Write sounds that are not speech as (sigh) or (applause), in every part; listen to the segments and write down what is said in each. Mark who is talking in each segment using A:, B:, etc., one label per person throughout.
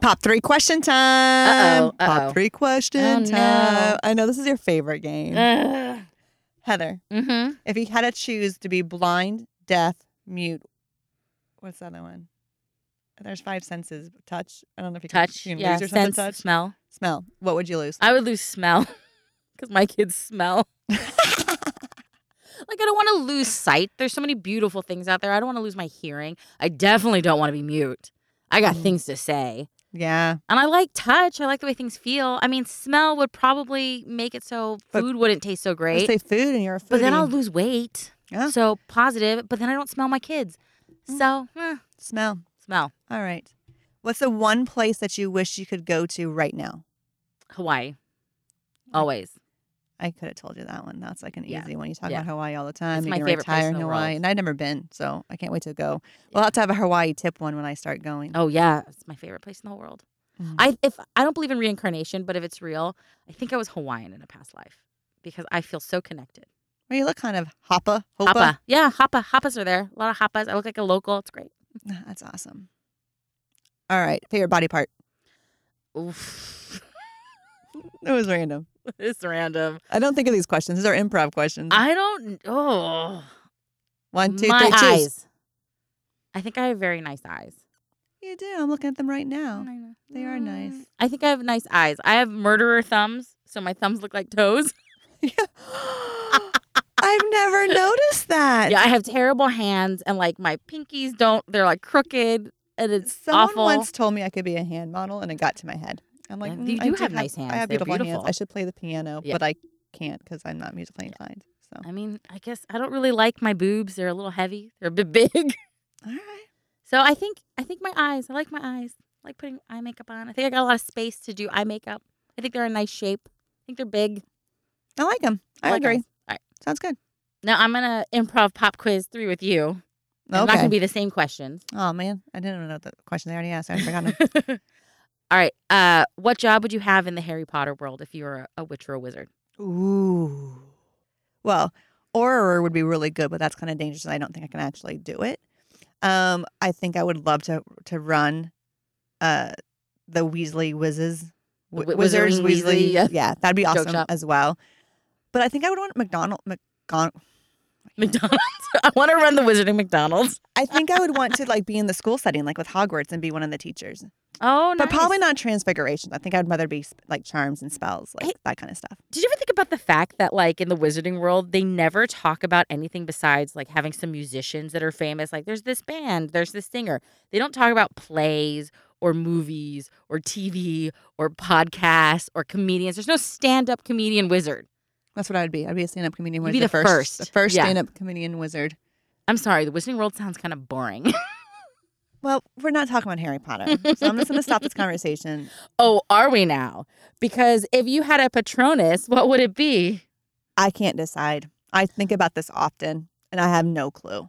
A: Pop three question time.
B: Uh-oh, uh-oh.
A: Pop three question
B: Oh, no. Uh,
A: time. I know this is your favorite game. Heather,
B: Mm-hmm.
A: if you had to choose to be blind, deaf, mute, what's the other one? There's five senses. Touch. I don't know if you
B: Touch.
A: Can, you can
B: yeah.
A: lose your sense
B: Sense.
A: of touch.
B: Smell.
A: Smell. What would you lose?
B: I would lose smell (laughs) because my kids smell. (laughs) Like I don't want to lose sight. There's so many beautiful things out there. I don't want to lose my hearing. I definitely don't want to be mute. I got
A: Mm.
B: things to say.
A: yeah.
B: And I like touch. I like the way things feel. I mean, smell would probably make it so
A: But-
B: food wouldn't taste so
A: Let's
B: great.
A: Say food and you're a foodie.
B: But then I'll lose weight.
A: Yeah. Mm.
B: So positive, but then I don't smell my kids. So, eh,
A: smell.
B: smell
A: All right. What's the one place that you wish you could go to right now?
B: Hawaii. Always.
A: I could have told you that one. That's like an
B: Yeah.
A: easy one. You talk
B: Yeah.
A: about Hawaii all the time.
B: It's
A: you
B: my
A: can
B: favorite place
A: retire
B: in the
A: Hawaii,
B: world.
A: and I've never been, so I can't wait to go.
B: Yeah.
A: We'll have to have a Hawaii tip one when I start going.
B: Oh yeah, it's my favorite place in the whole world.
A: Mhm.
B: I if I don't believe in reincarnation, but if it's real, I think I was Hawaiian in a past life because I feel so connected.
A: Well, you look kind of hoppa, hopa.
B: Hapa, yeah, hapa, hapas are there. A lot of hapas. I look like a local. It's great.
A: (laughs) That's awesome. All right, favorite body part. (laughs)
B: Oof,
A: It was random.
B: it's random.
A: I don't think of these questions. These are improv questions.
B: I don't. Oh,
A: One, two, three,
B: my
A: choose.
B: eyes. I think I have very nice eyes.
A: You do. I'm looking at them right now.
B: I know.
A: Oh, they are nice.
B: Mm, I think I have nice eyes. I have murderer thumbs, so my thumbs look like toes.
A: (gasps) I've never noticed that.
B: Yeah, I have terrible hands, and like my pinkies don't. They're like crooked, and it's
A: Someone
B: awful.
A: once told me I could be a hand model, and it got to my head. I'm like,
B: Yeah,
A: "Mm,
B: you
A: I
B: do
A: do
B: have nice hands.
A: I have
B: They're
A: beautiful, hands.
B: beautiful.
A: I should play the piano,
B: Yeah.
A: but I can't because I'm not musically inclined. So,
B: I mean, I guess I don't really like my boobs. They're a little heavy. (laughs) They're a bit big.
A: all right.
B: So I think I think my eyes. I like my eyes. I like putting eye makeup on. I think I got a lot of space to do eye makeup. I think they're in nice shape. I think they're big.
A: I like them. I,
B: like
A: agree.
B: eyes. All right.
A: Sounds good.
B: Now I'm gonna improv pop quiz three with you. It's not
A: Okay.
B: gonna be the same questions. (laughs)
A: oh man, I didn't know the question they already asked. I forgot 'em.
B: All right. Uh, what job would you have in the Harry Potter world if you were a, a witch or
A: (laughs)
B: a wizard? (laughs)
A: Ooh. Well, Auror would be really good, but that's kind of dangerous, and I don't think I can actually do it. Um, I think I would love to to run, uh, the Weasley Whizzes,
B: The
A: Wi-
B: Wi- Wizarding Weasley, yeah.
A: that'd be
B: Joke
A: awesome
B: shop.
A: as well. But I think I would want McDonald McGon.
B: McDonald's. (laughs) I want to run the wizarding McDonald's.
A: I think I would want to like be in the school setting, like with Hogwarts, and be one of the teachers.
B: Oh,
A: But probably not transfigurations. I think I'd rather be sp- like charms and spells, like
B: Hey.
A: that kind of stuff.
B: Did you ever think about the fact that, like, in the wizarding world, they never talk about anything besides, like, having some musicians that are famous? Like, there's this band, there's this singer. They don't talk about plays or movies or TV or podcasts or comedians. There's no stand up comedian wizard.
A: That's what I would be. I'd be a stand up comedian.
B: You'd
A: wizard,
B: be the
A: the
B: first.
A: first
B: Yeah.
A: stand up comedian wizard.
B: I'm sorry, the wizarding world sounds kind of boring. (laughs)
A: Well, we're not talking about Harry Potter, so I'm just going to stop (laughs) this conversation.
B: oh, are we now? Because if you had a Patronus, what would it be?
A: I can't decide. I think about this often, and I have no clue.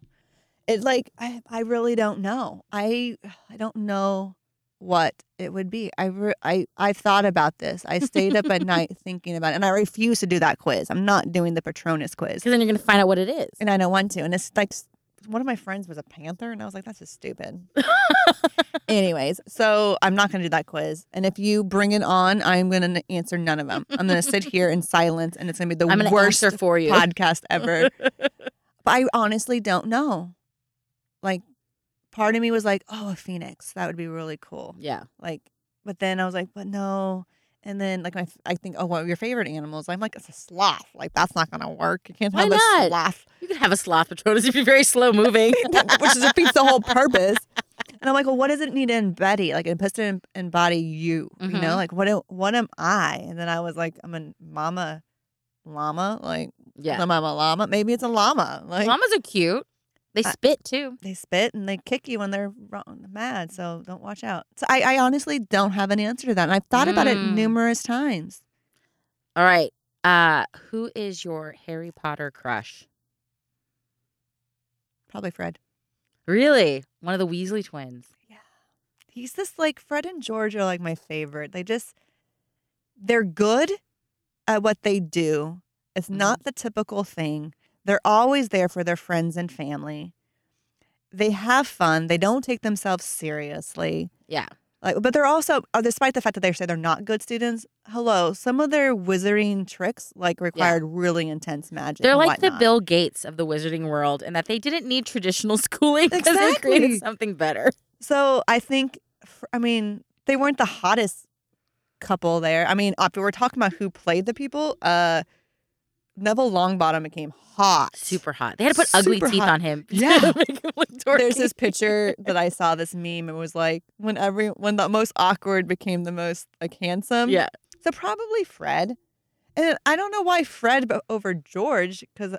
A: It like I, I really don't know. I I don't know what it would be. I re- I I've thought about this. I stayed up at
B: (laughs)
A: night thinking about it, and I refuse to do that quiz. I'm not doing the Patronus quiz,
B: Because then you're going to find out what it is.
A: and I don't want to. And it's like s- one of my friends was a panther, and I was like, that's just
B: (laughs)
A: stupid. Anyways, so I'm not going to do that quiz. And if you bring it on, I'm going to answer none of them. I'm going to sit here in silence and it's going to be the
B: I'm going to
A: worst
B: answer for you.
A: podcast
B: (laughs)
A: ever. but I honestly don't know. Like, part of me was like, oh, a phoenix. That would be really cool.
B: yeah.
A: Like, but then I was like, but no. And then, like, my, I think, oh, well, your favorite animals. I'm like, it's a sloth. Like, that's not going to work. You can't
B: Why
A: have
B: not?
A: a sloth (laughs)
B: You could have a sloth Patronus. It'd be very slow moving.
A: which defeats the whole purpose. And I'm like, well, what does it need to embody? Like, it has to em- embody you, you
B: Mhm.
A: know? Like, what am, what am I? And then I was like, I'm a mama llama, like,
B: Yeah.
A: the mama llama. Maybe it's a llama. Like,
B: Llamas are cute. They
A: I-
B: spit too.
A: they spit and they kick you when they're wrong, mad. So don't watch out. So I, I honestly don't have an answer to that. And I've thought about it
B: Mm.
A: numerous times.
B: All right. Uh, who is your Harry Potter crush?
A: Probably Fred.
B: Really? One of the Weasley twins.
A: he's this like Fred and George are like my favorite. They just they're good at what they do. It's
B: Mhm.
A: not the typical thing. They're always there for their friends and family. They have fun. They don't take themselves seriously.
B: Yeah.
A: Like, but they're also, uh, despite the fact that they say they're not good students, hello, some of their wizarding tricks like required really intense magic.
B: They're
A: and
B: like the
A: whatnot.
B: Bill Gates of the wizarding world, and that they didn't need traditional (laughs) schooling because they
A: Exactly.
B: created something better.
A: So I think, f- I mean, they weren't the hottest couple there. I mean, after we're talking about who played the people, uh, Neville Longbottom became hot.
B: Super hot. They had to put ugly
A: Super
B: teeth
A: hot.
B: on him. (laughs) to
A: Yeah.
B: make him look
A: (laughs) There's
B: dorky.
A: this picture that
B: (laughs)
A: I saw this meme. It was like when every when the most awkward became the most like handsome.
B: Yeah.
A: So probably Fred. And I don't know why Fred but over George because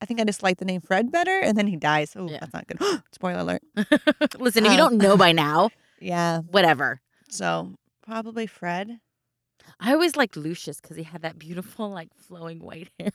A: I think I just like the name Fred better. And then he dies. Oh,
B: Yeah.
A: that's not good. (gasps) Spoiler alert.
B: (laughs) Listen, if
A: Oh.
B: you don't know by now,
A: Yeah.
B: whatever.
A: So probably Fred.
B: I always liked Lucius because he had that beautiful, like, flowing white hair.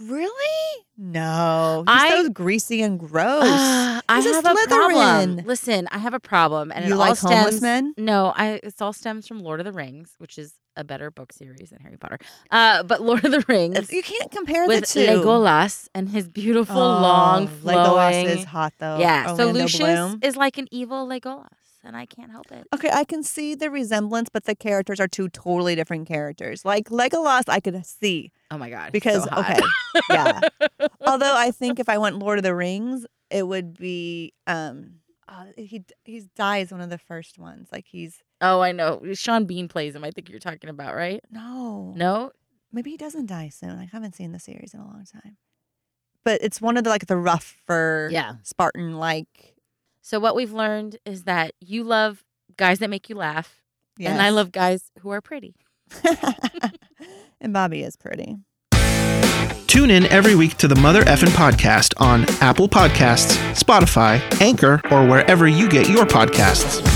A: Really? No. He's
B: I-
A: so greasy and gross.
B: Ah, I
A: He's a
B: have a problem.
A: Slytherin.
B: Listen, I have a problem, and
A: you
B: it all
A: like
B: stems.
A: homeless men?
B: No, I it all stems from Lord of the Rings, which is a better book series than Harry Potter. Uh, but (laughs) Lord of the Rings
A: You can't compare
B: with
A: the two.
B: Legolas and his
A: Oh,
B: beautiful long flowing.
A: Legolas is hot though.
B: yeah, so
A: Orlando
B: Lucius
A: Bloom.
B: is like an evil Legolas, and I can't help it.
A: Okay, I can see the resemblance, but the characters are two totally different characters. Like Legolas, I could see
B: Oh my god! he's
A: because
B: so hot. (laughs)
A: okay, yeah. Oh. Although I think if I went Lord of the Rings, it would be um uh, he he dies one of the first ones. Like he's
B: oh, I know. Sean Bean plays him. I think you're talking about right.
A: no
B: No,
A: maybe he doesn't die soon. I haven't seen the series in a long time, but it's one of the like the rougher
B: yeah.
A: Spartan like.
B: So what we've learned is that you love guys that make you laugh, and I
A: yes.
B: love guys who are pretty.
A: (laughs) and Bobby is pretty.
C: Tune in every week to the Mother Effin podcast on Apple Podcasts, Spotify, Anchor, or wherever you get your podcasts.